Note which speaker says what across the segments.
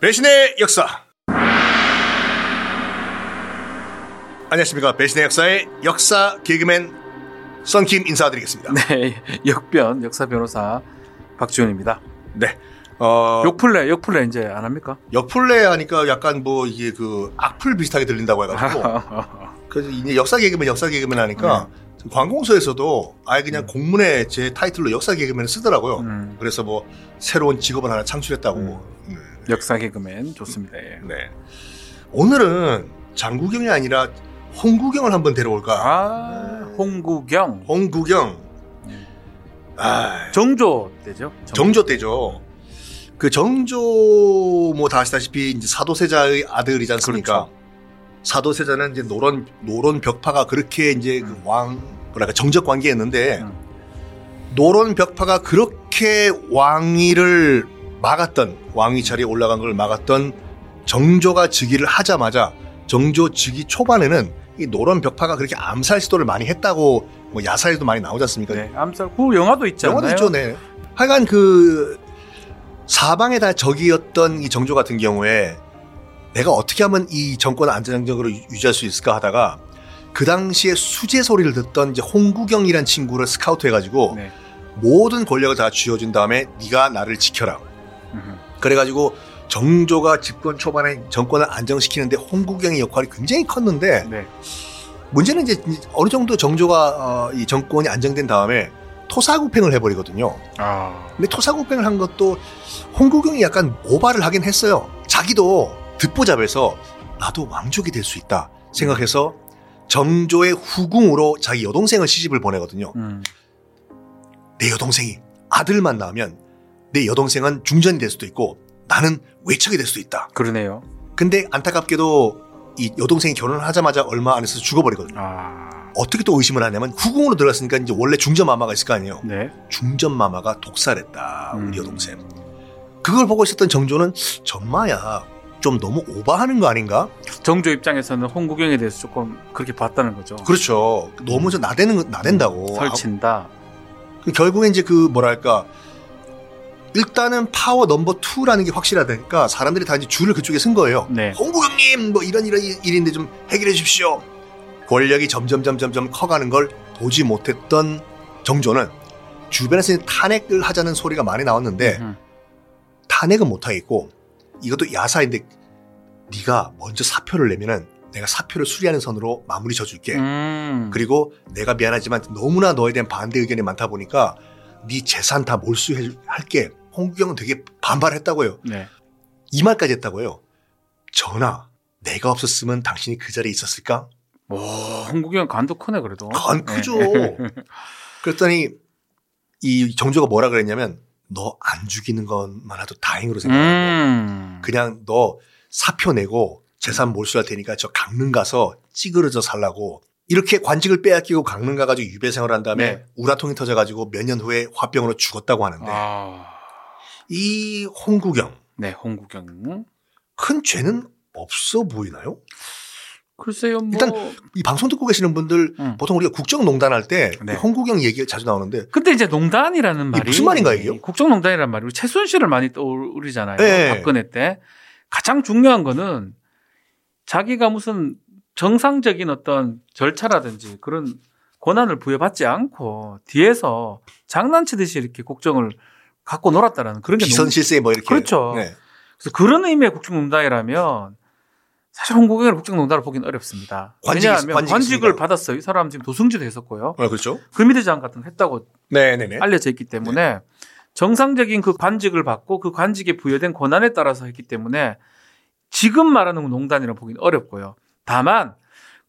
Speaker 1: 배신의 역사. 안녕하십니까. 배신의 역사의 역사 개그맨 썬킴 인사드리겠습니다.
Speaker 2: 네, 역변 역사 변호사 박지훈입니다.
Speaker 1: 네. 어,
Speaker 2: 욕플레 욕플레 이제 안 합니까?
Speaker 1: 역플레 하니까 약간 뭐 이게 그 악플 비슷하게 들린다고 해가지고. 그래서 이제 역사 개그맨, 역사 개그맨 하니까 관공서에서도 아예 그냥 공문에 제 타이틀로 역사 개그맨을 쓰더라고요.
Speaker 2: 음,
Speaker 1: 그래서 뭐 새로운 직업을 하나 창출했다고. 음,
Speaker 2: 역사 개그맨 좋습니다. 예.
Speaker 1: 네. 오늘은 장구경이 아니라 홍구경을 한번 데려올까.
Speaker 2: 아 홍구경
Speaker 1: 홍구경. 아,
Speaker 2: 정조 때죠?
Speaker 1: 정조 때죠. 그 정조 뭐다 아시다시피 이제 사도세자의 아들이지 않습니까? 사도세자는 이제 노론 노론 벽파가 그렇게 이제 그
Speaker 2: 음.
Speaker 1: 왕 뭐랄까 정적 관계였는데
Speaker 2: 음.
Speaker 1: 노론 벽파가 그렇게 왕위를 막았던 왕위 자리에 올라간 걸 막았던 정조가 즉위를 하자마자 정조 즉위 초반에는 이 노론 벽파가 그렇게 암살 시도를 많이 했다고 뭐 야사에도 많이 나오지 않습니까?
Speaker 2: 네, 암살 그 영화도 있지 않나요?
Speaker 1: 영화도 있죠, 네. 하여간 그 사방에 다 적이었던 이 정조 같은 경우에 내가 어떻게 하면 이 정권을 안정적으로 유- 유지할 수 있을까 하다가 그 당시에 수제 소리를 듣던 이제 홍구경이란 친구를 스카우트해가지고
Speaker 2: 네.
Speaker 1: 모든 권력을 다 쥐어준 다음에 네가 나를 지켜라.
Speaker 2: 음,
Speaker 1: 그래가지고 정조가 집권 초반에 정권을 안정시키는데 홍구경의 역할이 굉장히 컸는데
Speaker 2: 네.
Speaker 1: 문제는 이제 어느 정도 정조가 어, 이 정권이 안정된 다음에 토사구팽을 해버리거든요.
Speaker 2: 아,
Speaker 1: 근데 토사구팽을 한 것도 홍구경이 약간 모발을 하긴 했어요. 자기도 듣보잡에서 나도 왕족이 될 수 있다 생각해서 정조의 후궁으로 자기 여동생을 시집을 보내거든요.
Speaker 2: 음,
Speaker 1: 내 여동생이 아들만 낳으면 내 여동생은 중전이 될 수도 있고 나는 외척이 될 수도 있다.
Speaker 2: 그러네요.
Speaker 1: 근데 안타깝게도 이 여동생이 결혼을 하자마자 얼마 안 해서 죽어버리거든요.
Speaker 2: 아,
Speaker 1: 어떻게 또 의심을 하냐면 후궁으로 들어갔으니까 이제 원래 중전 마마가 있을 거 아니에요.
Speaker 2: 네.
Speaker 1: 중전 마마가 독살했다 우리
Speaker 2: 음.
Speaker 1: 여동생 그걸 보고 있었던 정조는 전마야 좀 너무 오바하는 거 아닌가
Speaker 2: 정조 입장에서는 홍구경에 대해서 조금 그렇게 봤다는 거죠.
Speaker 1: 그렇죠 너무 좀 나대는 거- 나댄다고
Speaker 2: 설친다.
Speaker 1: 아, 결국엔 이제 그 뭐랄까 일단은 파워 넘버 투라는게 확실하다니까 사람들이 다 이제 줄을 그쪽에 쓴 거예요
Speaker 2: 네.
Speaker 1: 홍구경님 뭐 이런 이런 일인데 좀 해결해 주십시오 권력이 점점 점점점 커가는 걸 보지 못했던 정조는 주변에서 이제 탄핵을 하자는 소리가 많이 나왔는데
Speaker 2: 음,
Speaker 1: 탄핵은 못하겠고 이것도 야사인데 네가 먼저 사표를 내면은 내가 사표를 수리하는 선으로 마무리 져줄게.
Speaker 2: 음.
Speaker 1: 예. 그리고 내가 미안하지만 너무나 너에 대한 반대 의견이 많다 보니까 네 재산 다 몰수할게. 홍구경은 되게 반발했다고 해요.
Speaker 2: 네.
Speaker 1: 이 말까지 했다고 해요. 전하, 내가 없었으면 당신이 그 자리에 있었을까?
Speaker 2: 오, 어, 홍구경 간도 크네 그래도.
Speaker 1: 건
Speaker 2: 네.
Speaker 1: 크죠. 그랬더니 이 정조가 뭐라 그랬냐면 너 안 죽이는 것만 해도 다행으로 생각하고
Speaker 2: 음.
Speaker 1: 그냥 너 사표 내고 재산 몰수할 테니까 저 강릉 가서 찌그러져 살라고 이렇게 관직을 빼앗기고 강릉 가가지고 유배 생활한 다음에
Speaker 2: 네.
Speaker 1: 우라통이 터져가지고 몇 년 후에 화병으로 죽었다고 하는데
Speaker 2: 아.
Speaker 1: 이 홍구경
Speaker 2: 네, 홍구경.
Speaker 1: 큰 죄는 없어 보이나요?
Speaker 2: 글쎄요, 뭐
Speaker 1: 일단- 이 방송 듣고 계시는 분들
Speaker 2: 음.
Speaker 1: 보통 우리가 국정농단 할 때
Speaker 2: 네.
Speaker 1: 이 홍구경 얘기가 자주 나오는데
Speaker 2: 근데 이제 농단이라는 말이
Speaker 1: 무슨 말인가, 이게요?
Speaker 2: 국정농단이라는 말이 우리 최순실을 많이 떠오르잖아요.
Speaker 1: 네.
Speaker 2: 박근혜 때 가장 중요한 거는 자기가 무슨 정상적인 어떤 절차라든지 그런 권한을 부여받지 않고 뒤에서 장난치듯이 이렇게 국정을 갖고 놀았다라는 그런 게 너무
Speaker 1: 비선실세 뭐 이렇게
Speaker 2: 그렇죠.
Speaker 1: 네.
Speaker 2: 그래서 그런 의미의 국정농단이라면 사실 홍보경을 국정농단으로 보기는 어렵습니다.
Speaker 1: 관직이-
Speaker 2: 왜냐하면
Speaker 1: 관직이
Speaker 2: 관직 을
Speaker 1: 있습니다.
Speaker 2: 받았어요. 이 사람 지금 도승지도 했었고요.
Speaker 1: 어, 그렇죠.
Speaker 2: 금이대장 같은 거 했다고
Speaker 1: 네네네.
Speaker 2: 알려져 있기 때문에 정상적인 그 관직을 받고 그 관직에 부여된 권한에 따라서 했기 때문에 지금 말하는 농단이라고 보기는 어렵고요. 다만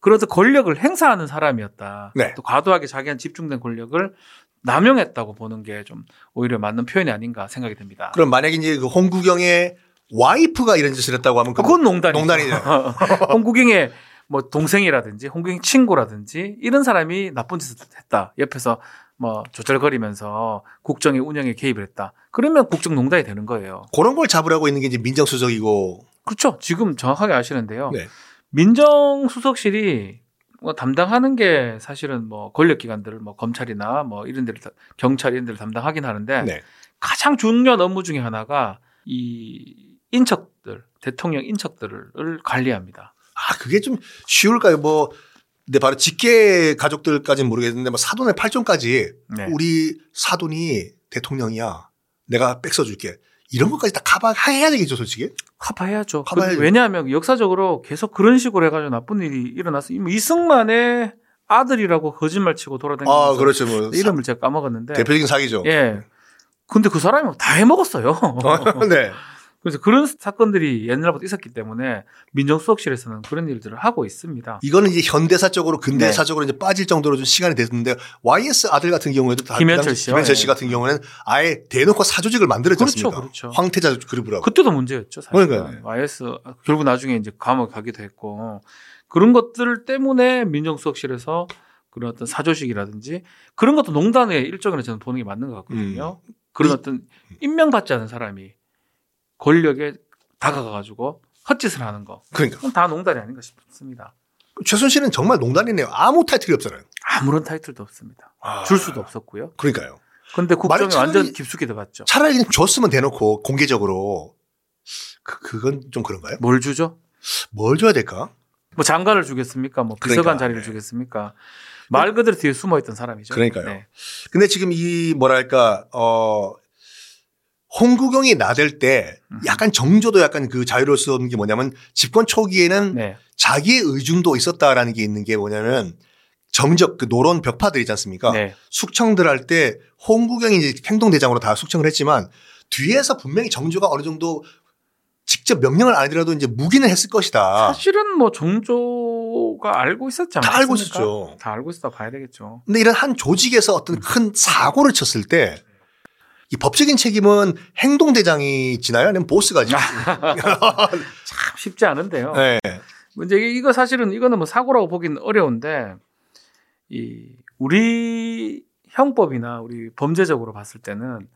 Speaker 2: 그래서 권력을 행사하는 사람이었다.
Speaker 1: 네.
Speaker 2: 또 과도하게 자기한 집중된 권력을 남용했다고 보는 게 좀 오히려 맞는 표현이 아닌가 생각이 듭니다.
Speaker 1: 그럼 만약에 이제 그 홍구경의 와이프가 이런 짓을 했다고 하면
Speaker 2: 그건 농단이죠.
Speaker 1: 농단이죠.
Speaker 2: 어, 홍국ing의 뭐 동생이라든지 홍국ing 친구라든지 이런 사람이 나쁜 짓을 했다. 옆에서 뭐 조절거리면서 국정의 운영에 개입을 했다. 그러면 국정농단이 되는 거예요.
Speaker 1: 그런 걸 잡으라고 있는 게 이제 민정수석이고
Speaker 2: 그렇죠. 지금 정확하게 아시는데요.
Speaker 1: 네.
Speaker 2: 민정수석실이 뭐 담당하는 게 사실은 뭐 권력기관들을 뭐 검찰이나 뭐 이런 데를 다- 네. 경찰 이런 데를 담당하긴 하는데
Speaker 1: 네.
Speaker 2: 가장 중요한 업무 중에 하나가 이 인척들, 대통령 인척들을 관리합니다.
Speaker 1: 아 그게 좀 쉬울까요? 뭐 근데 바로 직계 가족들까지는 모르겠는데 뭐 사돈의 팔촌까지
Speaker 2: 네.
Speaker 1: 우리 사돈이 대통령이야. 내가 백 써줄게. 이런 것까지 다 커버해야 되겠죠, 솔직히.
Speaker 2: 커버해야죠. 그-
Speaker 1: 커버해야죠.
Speaker 2: 왜냐하면 역사적으로 계속 그런 식으로 해가지고 나쁜 일이 일어났어요. 뭐 이승만의 아들이라고 거짓말 치고 돌아다니면서
Speaker 1: 아, 그렇죠. 뭐
Speaker 2: 이름을 제가 까먹었는데
Speaker 1: 사- 대표적인 사기죠.
Speaker 2: 네. 예. 근데 그 사람이 다 해먹었어요.
Speaker 1: 네.
Speaker 2: 그래서 그런 사건들이 옛날부터 있었기 때문에 민정수석실에서는 그런 일들을 하고 있습니다.
Speaker 1: 이거는 이제 현대사적으로
Speaker 2: 네.
Speaker 1: 근대사적으로 이제 빠질 정도로 좀 시간이 됐는데 YS 아들 같은 경우에도 다-
Speaker 2: 김현철
Speaker 1: 당시
Speaker 2: 씨요.
Speaker 1: 김현철 씨
Speaker 2: 예.
Speaker 1: 같은 경우는 아예 대놓고 사조직을 만들었지
Speaker 2: 그렇죠,
Speaker 1: 않습니까?
Speaker 2: 그렇죠.
Speaker 1: 황태자 그룹이라고.
Speaker 2: 그때도 문제였죠. 사실.
Speaker 1: 그러니까요. 네.
Speaker 2: YS 결국 나중에 이제 감옥 가기도 했고 그런 것들 때문에 민정수석실에서 그런 어떤 사조식이라든지 그런 것도 농단의 일종이라 저는 보는 게 맞는 것 같거든요.
Speaker 1: 음.
Speaker 2: 그런
Speaker 1: 이-
Speaker 2: 어떤 임명받지 않은 사람이 권력에 다가가가지고 헛짓을 하는 거.
Speaker 1: 그러니까
Speaker 2: 그건 다 농단이 아닌가 싶습니다.
Speaker 1: 최순실은 정말 농단이네요. 아무 타이틀이 없잖아요.
Speaker 2: 아무런 타이틀도 없습니다.
Speaker 1: 아.
Speaker 2: 줄 수도 없었고요.
Speaker 1: 그러니까요.
Speaker 2: 근데 국정에
Speaker 1: 말차기-
Speaker 2: 완전 깊숙이 들어갔죠.
Speaker 1: 차라리 그냥 줬으면 대놓고 공개적으로 그, 그건 좀 그런가요?
Speaker 2: 뭘 주죠?
Speaker 1: 뭘 줘야 될까?
Speaker 2: 뭐 장관을 주겠습니까? 뭐 비서관
Speaker 1: 그러니까,
Speaker 2: 자리를
Speaker 1: 네.
Speaker 2: 주겠습니까? 말 그대로 뒤에 숨어 있던 사람이죠. 네.
Speaker 1: 그러니까요. 근데 지금 이 뭐랄까 어 홍구경이 나댈 때 약간 정조도 약간 그 자유로울 수 없는 게 뭐냐면 집권 초기에는
Speaker 2: 네.
Speaker 1: 자기의 의중도 있었다라는 게 있는 게 뭐냐면 정적 그 노론 벽파들 있지 않습니까?
Speaker 2: 네.
Speaker 1: 숙청들 할 때 홍구경이 이제 행동대장으로 다 숙청을 했지만 뒤에서 분명히 정조가 어느 정도 직접 명령을 안 하더라도 이제 무기는 했을 것이다.
Speaker 2: 사실은 뭐 정조가 알고 있었지 않습니까?
Speaker 1: 아. 다 알고 있었죠.
Speaker 2: 다 알고 있었다 봐야 되겠죠.
Speaker 1: 근데 이런 한 조직에서 어떤 큰 사고를 쳤을 때 이 법적인 책임은 행동대장이 지나요? 아니면 보스가 지나요?
Speaker 2: 참 쉽지 않은데요.
Speaker 1: 네.
Speaker 2: 뭐 이제 이거 사실은 이거는 뭐 사고라고 보기는 어려운데 이 우리 형법이나 우리 범죄적으로 봤을 때는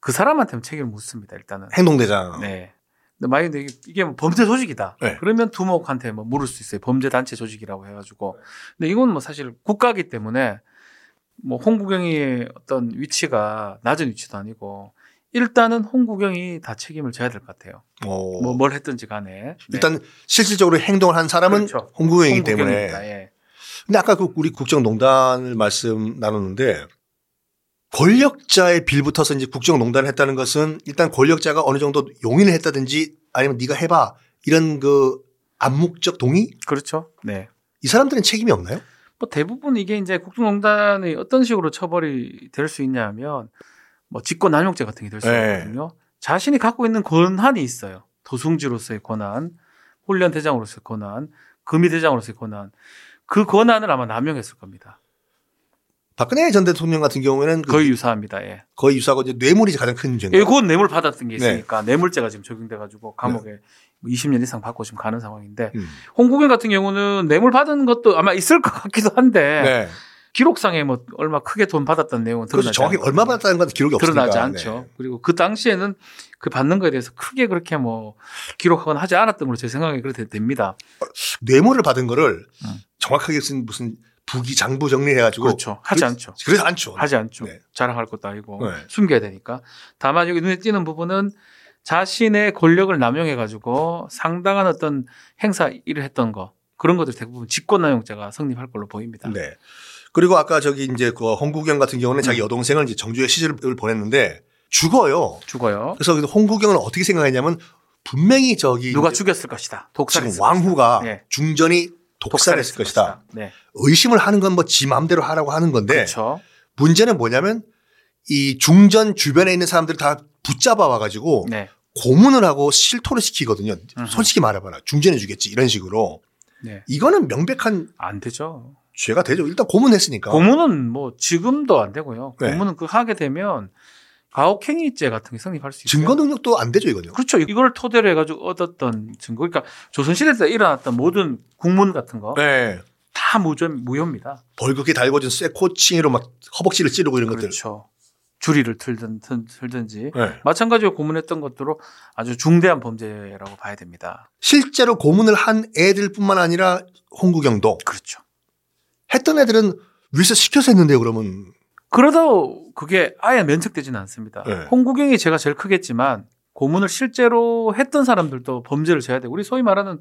Speaker 2: 그 사람한테는 책임을 묻습니다. 일단은.
Speaker 1: 행동대장.
Speaker 2: 네. 근데 만약에 이게- 이게 뭐 범죄 조직이다.
Speaker 1: 어. 네.
Speaker 2: 그러면 두목한테 뭐 물을 수 있어요. 범죄 단체 조직이라고 해가지고. 근데 이건 뭐 사실 국가기 때문에 뭐 홍구경의 어떤 위치가 낮은 위치도 아니고 일단은 홍구경이 다 책임을 져야 될 것 같아요.
Speaker 1: 어,
Speaker 2: 뭐 뭘 했든지 간에. 네.
Speaker 1: 일단 실질적으로 행동을 한 사람은
Speaker 2: 그렇죠.
Speaker 1: 홍구경이기 때문에.
Speaker 2: 홍구경입니다. 예.
Speaker 1: 근데 아까 그 우리 국정농단을 말씀 나눴는데 권력자의 빌붙어서 이제 국정농단을 했다는 것은 일단 권력자가 어느 정도 용인을 했다든지 아니면 네가 해봐 이런 그 암묵적 동의
Speaker 2: 그렇죠. 네.
Speaker 1: 이 사람들은 책임이 없나요?
Speaker 2: 뭐 대부분 이게 이제 국정농단이 어떤 식으로 처벌이 될 수 있냐면 뭐 직권남용죄 같은 게 될 수
Speaker 1: 네.
Speaker 2: 있거든요. 자신이 갖고 있는 권한이 있어요. 도승지로서의 권한, 훈련 대장으로서의 권한, 금의 대장으로서의 권한. 그 권한을 아마 남용했을 겁니다.
Speaker 1: 박근혜 전 대통령 같은 경우에는 그
Speaker 2: 거의 유사합니다. 예.
Speaker 1: 거의 유사하고 이제 뇌물이 가장 큰 죄인데
Speaker 2: 예, 그건 뇌물 받았던 게
Speaker 1: 네.
Speaker 2: 있으니까 뇌물죄가 지금 적용돼가지고 감옥에 20년 이상 받고 지금 가는 상황인데
Speaker 1: 음.
Speaker 2: 홍국영 같은 경우는 뇌물 받은 것도 아마 있을 것 같기도 한데
Speaker 1: 네.
Speaker 2: 기록상에 뭐 얼마 크게 돈 받았던 내용은
Speaker 1: 그래서
Speaker 2: 드러나지
Speaker 1: 정확히
Speaker 2: 않거든요.
Speaker 1: 얼마 받았다는 건 기록이 없으니까.
Speaker 2: 드러나지 않죠.
Speaker 1: 네.
Speaker 2: 그리고 그 당시에는 그 받는 거에 대해서 크게 그렇게 뭐 기록하거나 하지 않았던 걸로 제 생각에 그렇게 됩니다.
Speaker 1: 뇌물을 받은 거를
Speaker 2: 음.
Speaker 1: 정확하게 쓴 무슨 부기 장부 정리해가지고
Speaker 2: 그렇죠. 하지
Speaker 1: 그래-
Speaker 2: 않죠.
Speaker 1: 그래서 안죠.
Speaker 2: 하지 않죠.
Speaker 1: 네.
Speaker 2: 자랑할 것도 아니고
Speaker 1: 네.
Speaker 2: 숨겨야 되니까. 다만 여기 눈에 띄는 부분은 자신의 권력을 남용해 가지고 상당한 어떤 행사 일을 했던 거 그런 것들 대부분 직권남용죄가 성립할 걸로 보입니다.
Speaker 1: 네. 그리고 아까 저기 이제 그 홍구경 같은 경우는
Speaker 2: 음.
Speaker 1: 자기 여동생을 이제 정주에 시집을 보냈는데 죽어요.
Speaker 2: 죽어요.
Speaker 1: 그래서 홍구경은 어떻게 생각했냐면 분명히 저기
Speaker 2: 누가
Speaker 1: 이제
Speaker 2: 죽였을 것이다.
Speaker 1: 지금
Speaker 2: 독살했을
Speaker 1: 왕후가
Speaker 2: 네.
Speaker 1: 중전이 독살했을 것이다. 네.
Speaker 2: 네.
Speaker 1: 의심을 하는 건 뭐 지 마음대로 하라고 하는 건데
Speaker 2: 그렇죠.
Speaker 1: 문제는 뭐냐면 이 중전 주변에 있는 사람들 다 붙잡아 와가지고
Speaker 2: 네.
Speaker 1: 고문을 하고 실토를 시키거든요.
Speaker 2: 음흠.
Speaker 1: 솔직히 말해봐라. 중전해 주겠지. 이런 식으로.
Speaker 2: 네.
Speaker 1: 이거는 명백한
Speaker 2: 안 되죠.
Speaker 1: 죄가 되죠. 일단 고문했으니까.
Speaker 2: 고문은 뭐 지금도 안 되고요.
Speaker 1: 네.
Speaker 2: 고문은 그 하게 되면 가혹행위죄 같은 게 성립할 수 있어요.
Speaker 1: 증거 능력도 안 되죠. 이거는.
Speaker 2: 그렇죠. 이걸 토대로 해가지고 얻었던 증거. 그러니까 조선시대 때 일어났던 모든 국문 같은 거 다
Speaker 1: 네.
Speaker 2: 무죄, 무효입니다.
Speaker 1: 벌겋게 달궈진 쇠코칭으로 막 허벅지를 찌르고 이런 것들.
Speaker 2: 그렇죠. 주리를 틀든, 틀- 틀든지.
Speaker 1: 네.
Speaker 2: 마찬가지로 고문했던 것들로 아주 중대한 범죄라고 봐야 됩니다.
Speaker 1: 실제로 고문을 한 애들뿐만 아니라 홍구경도
Speaker 2: 그렇죠.
Speaker 1: 했던 애들은 위에서 시켜서 했는데요. 그러면
Speaker 2: 그러다 그게 아예 면책되지는 않습니다.
Speaker 1: 네.
Speaker 2: 홍구경이 제가 제일 크겠지만 고문을 실제로 했던 사람들도 범죄를 져야 돼. 우리 소위 말하는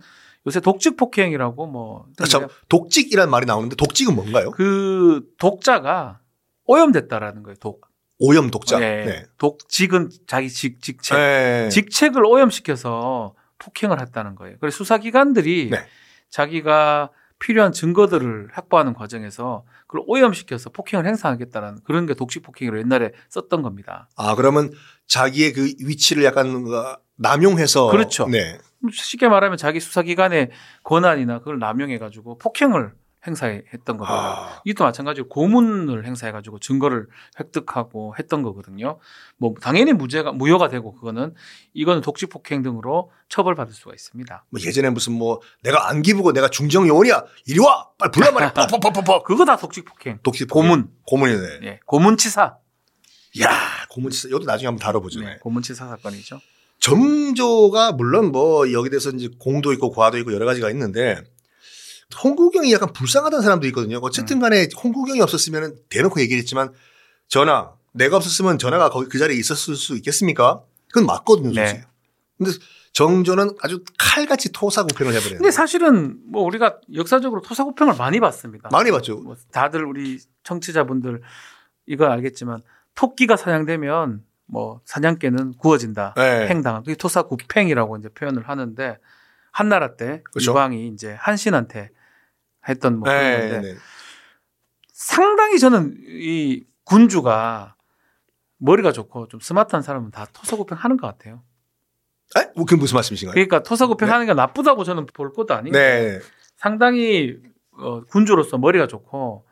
Speaker 2: 요새 독직 폭행이라고 뭐.
Speaker 1: 아, 참 독직이란 말이 나오는데 독직은 뭔가요?
Speaker 2: 그 독자가 오염됐다라는 거예요. 독.
Speaker 1: 오염 독자.
Speaker 2: 예.
Speaker 1: 네.
Speaker 2: 독직은 자기 직, 직책.
Speaker 1: 예.
Speaker 2: 직책을 오염시켜서 폭행을 했다는 거예요. 그래서 수사기관들이
Speaker 1: 네.
Speaker 2: 자기가 필요한 증거들을 확보하는 과정에서 그걸 오염시켜서 폭행을 행사하겠다는 그런 게 독식 폭행으로 옛날에 썼던 겁니다.
Speaker 1: 아 그러면 자기의 그 위치를 약간 뭔가 남용해서
Speaker 2: 그렇죠.
Speaker 1: 네.
Speaker 2: 쉽게 말하면 자기 수사기관의 권한이나 그걸 남용해가지고 폭행을 행사했던 겁니다.
Speaker 1: 아,
Speaker 2: 이것도 마찬가지로 고문을 행사해가지고 증거를 획득하고 했던 거거든요. 뭐 당연히 무죄가 무효가 되고 그거는 이거는 독직 폭행 등으로 처벌받을 수가 있습니다.
Speaker 1: 뭐 예전에 무슨 뭐 내가 안 기부고 내가 중정 요원이야 이리 와 빨리 불러 말이야 퍽퍽퍽퍽퍽
Speaker 2: 그거 다 독직 폭행.
Speaker 1: 독식
Speaker 2: 고문.
Speaker 1: 고문이네.
Speaker 2: 예, 고문치사.
Speaker 1: 야 고문 진짜 이것도 나중에 한번 다뤄보죠. 네.
Speaker 2: 네, 고문치사 사건이죠.
Speaker 1: 정조가 물론 뭐 여기 대해서 이제 공도 있고 과도 있고 여러 가지가 있는데 홍구경이 약간 불쌍하다는 사람도 있거든요.
Speaker 2: 음.
Speaker 1: 어쨌든 간에 홍구경이 없었으면 대놓고 얘기를 했지만 전하 내가 없었으면 전하가 거기 그 자리에 있었을 수 있겠습니까? 그건 맞거든요.
Speaker 2: 네.
Speaker 1: 솔직히. 근데 정조는 아주 칼같이 토사구팽을 해버려요.
Speaker 2: 근데 사실은 뭐 우리가 역사적으로 토사구팽을 많이 봤습니다.
Speaker 1: 많이 봤죠.
Speaker 2: 뭐 다들 우리 청취자분들 이거 알겠지만 토끼가 사냥되면 뭐 사냥개는 구워진다.
Speaker 1: 네.
Speaker 2: 팽당한 그게 토사구팽이라고 이제 표현을 하는데 한나라 때
Speaker 1: 그렇죠.
Speaker 2: 이방이 이제 한신한테 했던 뭐
Speaker 1: 네,
Speaker 2: 그런데
Speaker 1: 네.
Speaker 2: 상당히 저는 이 군주가 머리가 좋고 좀 스마트한 사람은 다 토사구팽 하는 것 같아요.
Speaker 1: 에? 뭐 그게 무슨 말씀이신가요?
Speaker 2: 그러니까 토사구팽
Speaker 1: 네.
Speaker 2: 하는 게 나쁘다고 저는 볼 것도 아니고
Speaker 1: 네.
Speaker 2: 상당히 어, 군주로서 머리가 좋고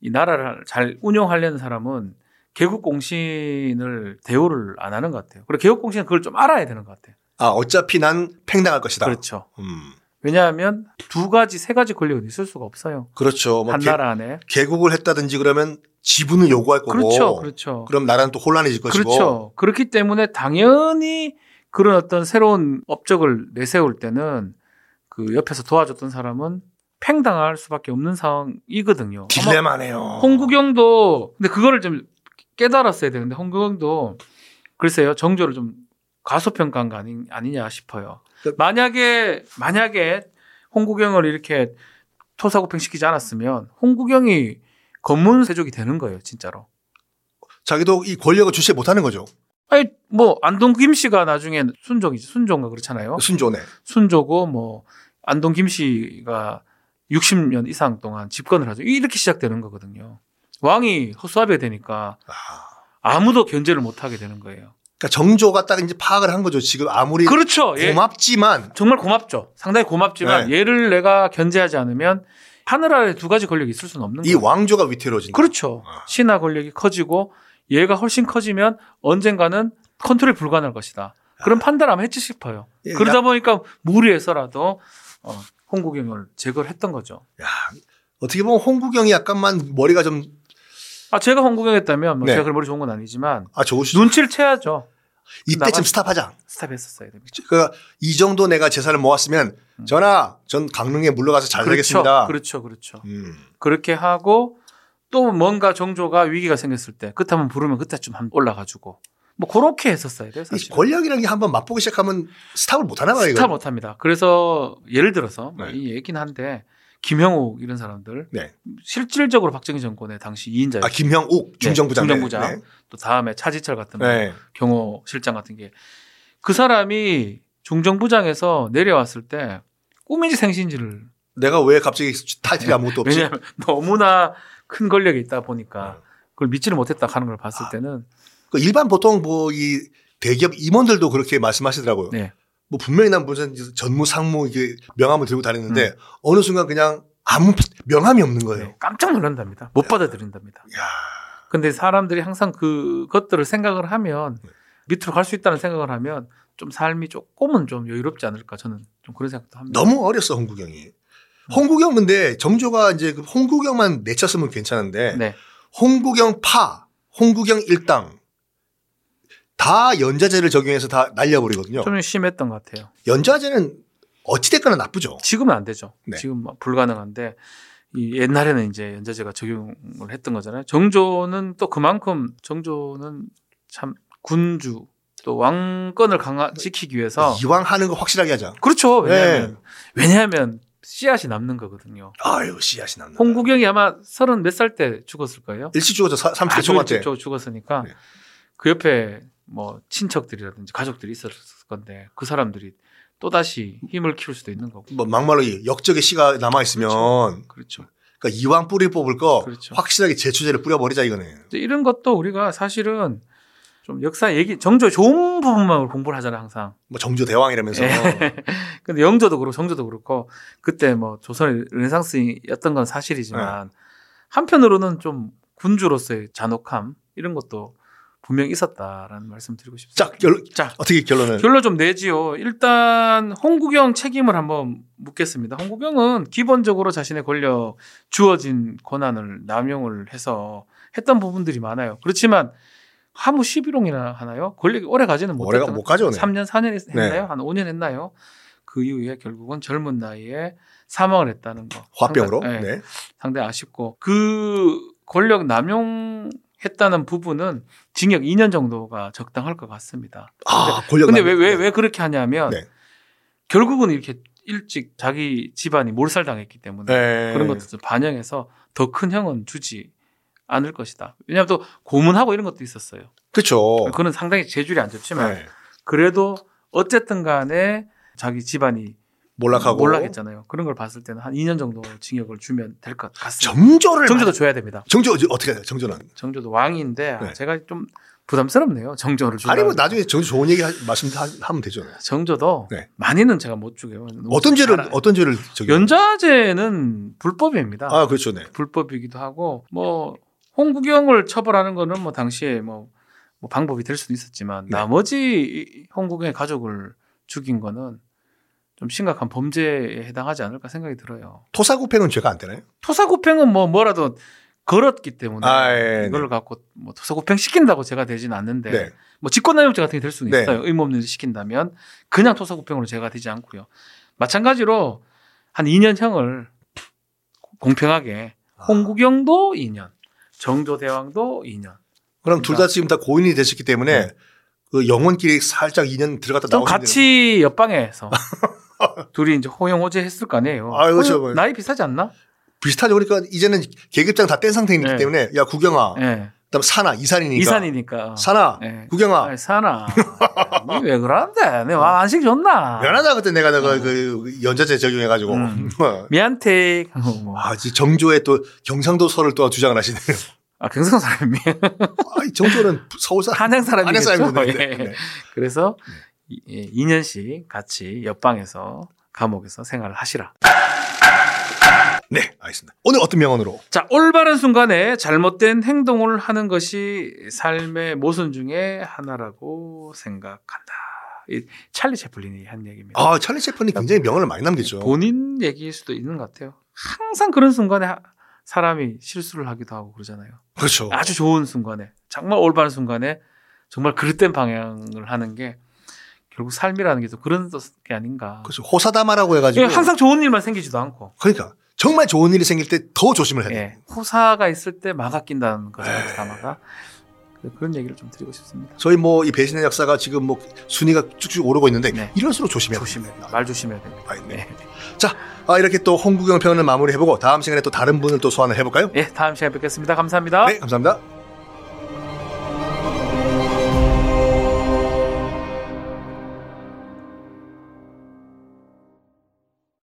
Speaker 2: 이 나라를 잘 운영하려는 사람은 개국 공신을 대우를 안 하는 것 같아요. 그리고 개국 공신은 그걸 좀 알아야 되는 것 같아요.
Speaker 1: 아 어차피 난 팽당할 것이다.
Speaker 2: 그렇죠.
Speaker 1: 음.
Speaker 2: 왜냐하면 두 가지, 세 가지 권력은 있을 수가 없어요.
Speaker 1: 그렇죠. 뭐
Speaker 2: 한
Speaker 1: 개,
Speaker 2: 나라 안에.
Speaker 1: 개국을 했다든지 그러면 지분을 요구할 거고.
Speaker 2: 그렇죠, 그렇죠.
Speaker 1: 뭐 그럼 나라는 또 혼란해질 것이고.
Speaker 2: 그렇죠. 그렇기 때문에 당연히 그런 어떤 새로운 업적을 내세울 때는 그 옆에서 도와줬던 사람은 팽당할 수밖에 없는 상황이거든요. 아마 어,
Speaker 1: 딜레마네요.
Speaker 2: 홍구경도 근데 그거를 좀 깨달았어야 되는데 홍구경도 글쎄요 정조를 좀 과소평가한 거 아니, 아니냐 싶어요.
Speaker 1: 그-
Speaker 2: 만약에 만약에 홍구경을 이렇게 토사구팽 시키지 않았으면 홍구경이 검문세족이 되는 거예요 진짜로.
Speaker 1: 자기도 이 권력을 주시 못하는 거죠.
Speaker 2: 아니 뭐 안동 김씨가 나중에 순종이지 순종가 그렇잖아요.
Speaker 1: 순조네.
Speaker 2: 순조고 뭐 안동 김씨가 60년 이상 동안 집권을 하죠. 이렇게 시작되는 거거든요. 왕이 허수아비가 되니까
Speaker 1: 아.
Speaker 2: 아무도 견제를 못 하게 되는 거예요.
Speaker 1: 그러니까 정조가 딱 이제 파악을 한 거죠. 지금 아무리
Speaker 2: 그렇죠. 예.
Speaker 1: 고맙지만
Speaker 2: 정말 고맙죠. 상당히 고맙지만
Speaker 1: 네.
Speaker 2: 얘를 내가 견제하지 않으면 하늘 아래 두 가지 권력이 있을 수는 없는
Speaker 1: 이 아.
Speaker 2: 거예요.
Speaker 1: 왕조가 위태로워진다.
Speaker 2: 그렇죠. 신하 권력이 커지고 얘가 훨씬 커지면 언젠가는 컨트롤 이 불가능할 것이다. 그런 판단을 아마 했지 싶어요.
Speaker 1: 예,
Speaker 2: 그러다 보니까 무리해서라도 어, 홍구경을 제거를 했던 거죠.
Speaker 1: 야, 어떻게 보면 홍구경이 약간만 머리가 좀 아
Speaker 2: 아 제가 홍구경했다면 뭐
Speaker 1: 네.
Speaker 2: 제가 그 머리 좋은 건 아니지만
Speaker 1: 좋으시죠.
Speaker 2: 눈치를 채야죠.
Speaker 1: 이때쯤
Speaker 2: 나가-
Speaker 1: 스탑하자.
Speaker 2: 스탑했었어야 됩니다.
Speaker 1: 그러니까 이 정도 내가 재산을 모았으면
Speaker 2: 음.
Speaker 1: 전하, 전 강릉에 물러가서 잘
Speaker 2: 그렇죠,
Speaker 1: 살겠습니다.
Speaker 2: 그렇죠, 그렇죠.
Speaker 1: 음.
Speaker 2: 그렇게 하고 또 뭔가 정조가 위기가 생겼을 때 그때 한번 부르면 그때쯤 한번 올라가지고 뭐 그렇게 했었어야 돼요.
Speaker 1: 이
Speaker 2: 사실.
Speaker 1: 권력이라는 게 한번 맛보기 시작하면 스탑을 못 하나 봐요. 이거.
Speaker 2: 스타 못합니다. 그래서 예를 들어서 뭐
Speaker 1: 네.
Speaker 2: 이 얘긴 한데 김형욱 이런 사람들
Speaker 1: 네.
Speaker 2: 실질적으로 박정희 정권의 당시 이인자였
Speaker 1: 아 김형욱 중정부장.
Speaker 2: 네, 중정부장. 또 다음에 차지철 같은 분,
Speaker 1: 네. 네.
Speaker 2: 경호 실장 같은 게 그 사람이 중정부장에서 내려왔을 때 꿈인지 생신지를
Speaker 1: 내가 왜 갑자기 타이틀이 아무것도 없지?
Speaker 2: 네. 왜냐하면 너무나 큰 권력이 있다 보니까 그걸 믿지를 못했다 하는 걸 봤을
Speaker 1: 아.
Speaker 2: 때는
Speaker 1: 그 일반 보통 뭐 이 대기업 임원들도 그렇게 말씀하시더라고요.
Speaker 2: 네.
Speaker 1: 뭐 분명히 난 무슨 전무 상무 이게 명함을 들고 다니는데 어느 순간 그냥 아무 명함이 없는 거예요.
Speaker 2: 음. 네, 깜짝 놀란답니다. 못 받아들인답니다.
Speaker 1: 야,
Speaker 2: 근데 사람들이 항상 그것들을 생각을 하면
Speaker 1: 네.
Speaker 2: 밑으로 갈 수 있다는 생각을 하면 좀 삶이 조금은 좀 여유롭지 않을까 저는 좀 그런 생각도 합니다.
Speaker 1: 너무 어렸어 홍구경이. 홍구경 근데 정조가 이제 그 홍구경만 내쳤으면 괜찮은데
Speaker 2: 네.
Speaker 1: 홍구경 파, 홍구경 일당 다 연좌제를 적용해서 다 날려버리거든요.
Speaker 2: 좀 심했던 것 같아요.
Speaker 1: 어. 연좌제는 어찌됐거나 나쁘죠.
Speaker 2: 지금은 안 되죠.
Speaker 1: 네.
Speaker 2: 지금 막 불가능한데 이 옛날에는 이제 연좌제가 적용을 했던 거잖아요. 정조는 또 그만큼 정조는 참 군주 또 왕권을 강화 지키기 위해서
Speaker 1: 이왕 하는 거 확실하게 하자.
Speaker 2: 그렇죠.
Speaker 1: 네.
Speaker 2: 왜냐하면 왜냐하면 씨앗이 남는 거거든요.
Speaker 1: 아유 씨앗이 남는다.
Speaker 2: 홍국영이 아마 서른 몇 살 때 죽었을 거예요.
Speaker 1: 일시 죽어서 사- 30대
Speaker 2: 아주
Speaker 1: 초반 때.
Speaker 2: 일찍 죽- 죽었으니까
Speaker 1: 네.
Speaker 2: 그 옆에 뭐 친척들이라든지 가족들이 있었을 건데 그 사람들이 또 다시 힘을 키울 수도 있는 거고.
Speaker 1: 뭐 막말로 이 역적의 씨가 남아 있으면
Speaker 2: 그렇죠.
Speaker 1: 그러니까 이왕 뿌리 뽑을 거
Speaker 2: 그렇죠.
Speaker 1: 확실하게 제초제를 뿌려버리자 이거네.
Speaker 2: 이제 이런 것도 우리가 사실은 좀 역사 얘기 정조 좋은 부분만 공부를 하잖아요 항상.
Speaker 1: 뭐 정조 대왕이라면서
Speaker 2: 예. 근데 영조도 그렇고 정조도 그렇고 그때 뭐 조선의 르네상스였던 건 사실이지만 한편으로는 좀 군주로서의 잔혹함 이런 것도 분명히 있었다라는 말씀 드리고 싶습니다.
Speaker 1: 짝 결,
Speaker 2: 자,
Speaker 1: 어떻게 결론을
Speaker 2: 결론 좀 내지요. 일단 홍국영 책임을 한번 묻겠습니다. 홍국영은 기본적으로 자신의 권력 주어진 권한을 남용을 해서 했던 부분들이 많아요. 그렇지만 하무 11홍이나 하나요? 권력이 오래 가지는
Speaker 1: 뭐래가
Speaker 2: 못했던
Speaker 1: 못 가져오네.
Speaker 2: 3년, 4년 했-
Speaker 1: 네.
Speaker 2: 했나요? 한 5년 했나요? 그 이후에 결국은 젊은 나이에 사망을 했다는 거.
Speaker 1: 화병으로.
Speaker 2: 상당히, 네,
Speaker 1: 네.
Speaker 2: 상당히 아쉽고 그 권력 남용했다는 부분은 징역 2년 정도가 적당할 것 같습니다.
Speaker 1: 아 권력.
Speaker 2: 근데 왜
Speaker 1: 남-
Speaker 2: 왜 왜 그렇게 하냐면
Speaker 1: 네.
Speaker 2: 결국은 이렇게 일찍 자기 집안이 몰살당했기 때문에
Speaker 1: 네.
Speaker 2: 그런 것들을 반영해서 더 큰 형은 주지 않을 것이다. 왜냐하면 또 고문하고 이런 것도 있었어요.
Speaker 1: 그렇죠.
Speaker 2: 그는 상당히 재줄이 안 좋지만
Speaker 1: 네.
Speaker 2: 그래도 어쨌든 간에 자기 집안이
Speaker 1: 몰락하고
Speaker 2: 몰락했잖아요. 그런 걸 봤을 때는 한 2년 정도 징역을 주면 될 것 같습니다.
Speaker 1: 정조를
Speaker 2: 정조도
Speaker 1: 만-
Speaker 2: 줘야 됩니다.
Speaker 1: 정조 어디- 어떻게 해요? 정조는
Speaker 2: 정조도 왕인데 아,
Speaker 1: 네.
Speaker 2: 제가 좀 부담스럽네요. 정조를 주면.
Speaker 1: 아니 뭐 나중에 정조 좋은 얘기 하- 말씀하면 되죠.
Speaker 2: 정조도
Speaker 1: 네.
Speaker 2: 많이는 제가 못 주게요.
Speaker 1: 어떤 죄를
Speaker 2: 잘 알-
Speaker 1: 어떤 죄를 저기
Speaker 2: 연좌제는 불법입니다.
Speaker 1: 아 그렇죠. 네.
Speaker 2: 불법이기도 하고 뭐 홍국영을 처벌하는 거는 뭐 당시에 뭐, 뭐 방법이 될 수도 있었지만
Speaker 1: 네.
Speaker 2: 나머지 이- 이 홍국영의 가족을 죽인 거는 좀 심각한 범죄에 해당하지 않을까 생각이 들어요.
Speaker 1: 토사구팽은 죄가 안 되나요?
Speaker 2: 토사구팽은 뭐 뭐라도 걸었기 때문에
Speaker 1: 아, 예, 예.
Speaker 2: 이걸 갖고 뭐 토사구팽 시킨다고 제가 되지는 않는데
Speaker 1: 네.
Speaker 2: 뭐 직권남용죄 같은 게 될 수는
Speaker 1: 네.
Speaker 2: 있어요. 의무 없는 일을 시킨다면 그냥 토사구팽으로 제가 되지 않고요. 마찬가지로 한 2년형을 공평하게
Speaker 1: 아.
Speaker 2: 홍국영도 2년, 정조대왕도 2년.
Speaker 1: 그럼 둘 다
Speaker 2: 그러니까-
Speaker 1: 지금 다 고인이 되셨기 때문에 그 영혼끼리 살짝 2년 들어갔다
Speaker 2: 네. 좀
Speaker 1: 나오는
Speaker 2: 같이 옆방에서 둘이 이제 호영호제 했을 거 아니에요.
Speaker 1: 아, 그렇죠.
Speaker 2: 호영- 나이 비슷하지 않나?
Speaker 1: 비슷하죠. 그러니까 이제는 계급장 다 뗀 상태이기
Speaker 2: 네.
Speaker 1: 때문에 야 구경아, 그러니까.
Speaker 2: 예.
Speaker 1: 그다음 산아 이산이니까
Speaker 2: 이산이니까.
Speaker 1: 산아
Speaker 2: 예.
Speaker 1: 구경아
Speaker 2: 아이, 산아. 니왜 그러는데? 내와 안식 줬나?
Speaker 1: 미안하다 그때 내가 내가
Speaker 2: 어.
Speaker 1: 그 연좌제 적용해가지고
Speaker 2: 음. 미안테. 하고 뭐.
Speaker 1: 아 이제 정조의 또 경상도서를 또 주장을 하시네요.
Speaker 2: 아, 경성 사람이
Speaker 1: 아, 이 정조는 서울 사람
Speaker 2: 한양 사람이겠죠.
Speaker 1: 안양 네, 사람인데
Speaker 2: 예. 그래서
Speaker 1: 네.
Speaker 2: 이- 예, 2년씩 같이 옆방에서 감옥에서 생활을 하시라.
Speaker 1: 네 알겠습니다. 오늘 어떤 명언으로
Speaker 2: 자, 올바른 순간에 잘못된 행동을 하는 것이 삶의 모순 중에 하나라고 생각한다. 이 찰리 채플린이 한 얘기입니다.
Speaker 1: 아 찰리 채플이 굉장히 명언을 많이 남겼죠.
Speaker 2: 본인 얘기일 수도 있는 것 같아요. 항상 그런 순간에 하- 사람이 실수를 하기도 하고 그러잖아요.
Speaker 1: 그렇죠.
Speaker 2: 아주 좋은 순간에 정말 올바른 순간에 정말 그릇된 방향을 하는 게 결국 삶이라는 게 또 그런 게 아닌가.
Speaker 1: 그렇죠. 호사다마라고 해가지고
Speaker 2: 예, 항상 좋은 일만 생기지도 않고.
Speaker 1: 그러니까 정말 좋은 일이 생길 때 더 조심을 해야 돼.
Speaker 2: 예, 네. 호사가 있을 때 마가 낀다는 거잖아요,
Speaker 1: 예.
Speaker 2: 사마가. 그- 그런 얘기를 좀 드리고 싶습니다.
Speaker 1: 저희 뭐 이 배신의 역사가 지금 뭐 순위가 쭉쭉 오르고 있는데
Speaker 2: 네.
Speaker 1: 이럴수록 조심해야
Speaker 2: 조심해.
Speaker 1: 됩니다.
Speaker 2: 말 조심해야 됩니다.
Speaker 1: 아, 네.
Speaker 2: 네.
Speaker 1: 아, 이렇게 또 홍구경 편을 마무리해보고 다음 시간에 또 다른 분을 또 소환을 해볼까요?
Speaker 2: 예, 다음 시간에 뵙겠습니다. 감사합니다.
Speaker 1: 네, 감사합니다.